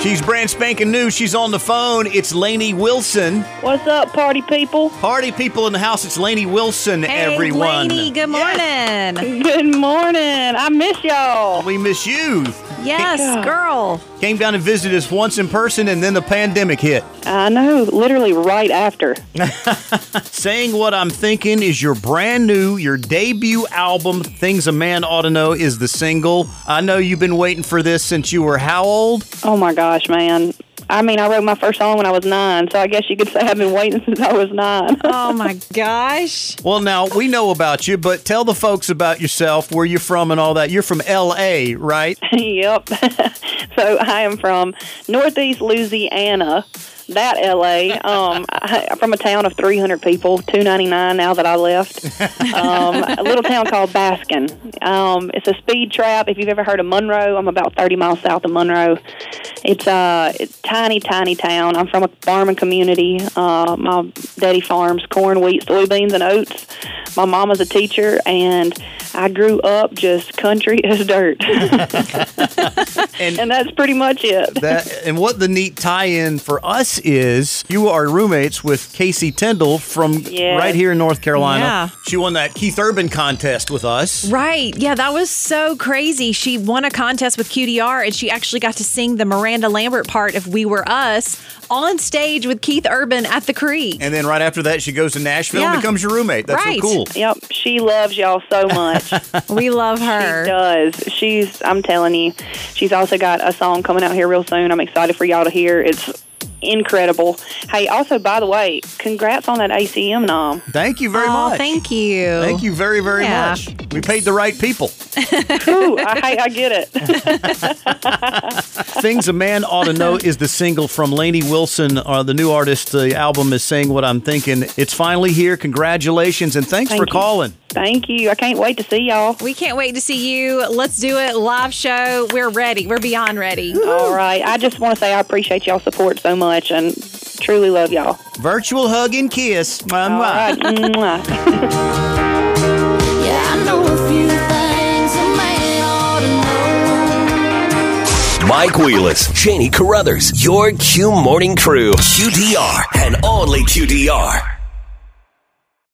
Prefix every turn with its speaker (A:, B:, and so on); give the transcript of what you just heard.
A: She's brand spanking new. She's on the phone. It's Lainey Wilson.
B: What's up, party people?
A: Party people in the house. It's Lainey Wilson,
C: Hey,
A: everyone.
C: Lainey, good morning. Yes,
B: Good morning. I miss y'all.
A: We miss you.
B: Yeah.
C: girl.
A: Came down and visited us once in person, and then the pandemic hit.
B: I know, literally right after.
A: Saying What I'm Thinking is your brand new, your debut album, Things a Man Ought to Know is the single. I know you've been waiting for this since you were how old?
B: Oh my gosh, man. I mean, I wrote my first song when I was nine, so I guess you could say I've been waiting since I was nine.
C: Oh my gosh.
A: Well, now we know about you, but tell the folks about yourself, where you're from, and all that. You're from LA, right?
B: yep. so I am from Northeast Louisiana, that LA, um, I, from a town of 300 people, 299 now that I left. Um, a little town called Baskin. Um, it's a speed trap. If you've ever heard of Monroe, I'm about 30 miles south of Monroe. It's a it's tiny, tiny town. I'm from a farming community. Uh, my daddy farms corn, wheat, soybeans, and oats. My mama's a teacher, and I grew up just country as dirt. and that's pretty much it.
A: That, and what the neat tie-in for us is, you are roommates with Casey Tyndall from
B: Yes.
A: right here in North Carolina.
C: Yeah.
A: She won that Keith Urban contest with us.
C: Right. Yeah, that was so crazy. She won a contest with QDR and she actually got to sing the Miranda Lambert part of We Were Us on stage with Keith Urban at the Creek.
A: And then right after that, she goes to Nashville and
C: Yeah.
A: becomes your roommate. That's
C: Right.
A: so cool.
B: Yep, she loves y'all so much.
C: We love her.
B: She does. She's. I'm telling you, she's also got a song coming out here real soon. I'm excited for y'all to hear. It's incredible. Hey, also by the way, congrats on that ACM nom.
A: Thank you very
C: Aw,
A: much.
C: thank you.
A: Thank you very, very
C: Yeah.
A: much. We paid the right people.
B: Ooh, I, hey, I get it.
A: Things a Man Ought to Know is the single from Lainey Wilson, uh, the new artist. The album is Saying What I'm Thinking. It's finally here. Congratulations and thanks
B: Thank
A: for
B: you.
A: calling.
B: Thank you. I can't wait to see y'all.
C: We can't wait to see you. Let's do it. Live show. We're ready. We're beyond ready.
B: All right. I just want to say I appreciate y'all support so much and truly love y'all.
A: Virtual hug and kiss. Mwah,
B: All
A: mwah.
B: right. Mwah.
D: Yeah, I know a few things a man ought to know.
E: Mike Wheelis, Janie Carruthers, your Q Morning Crew, QDR, and only QDR.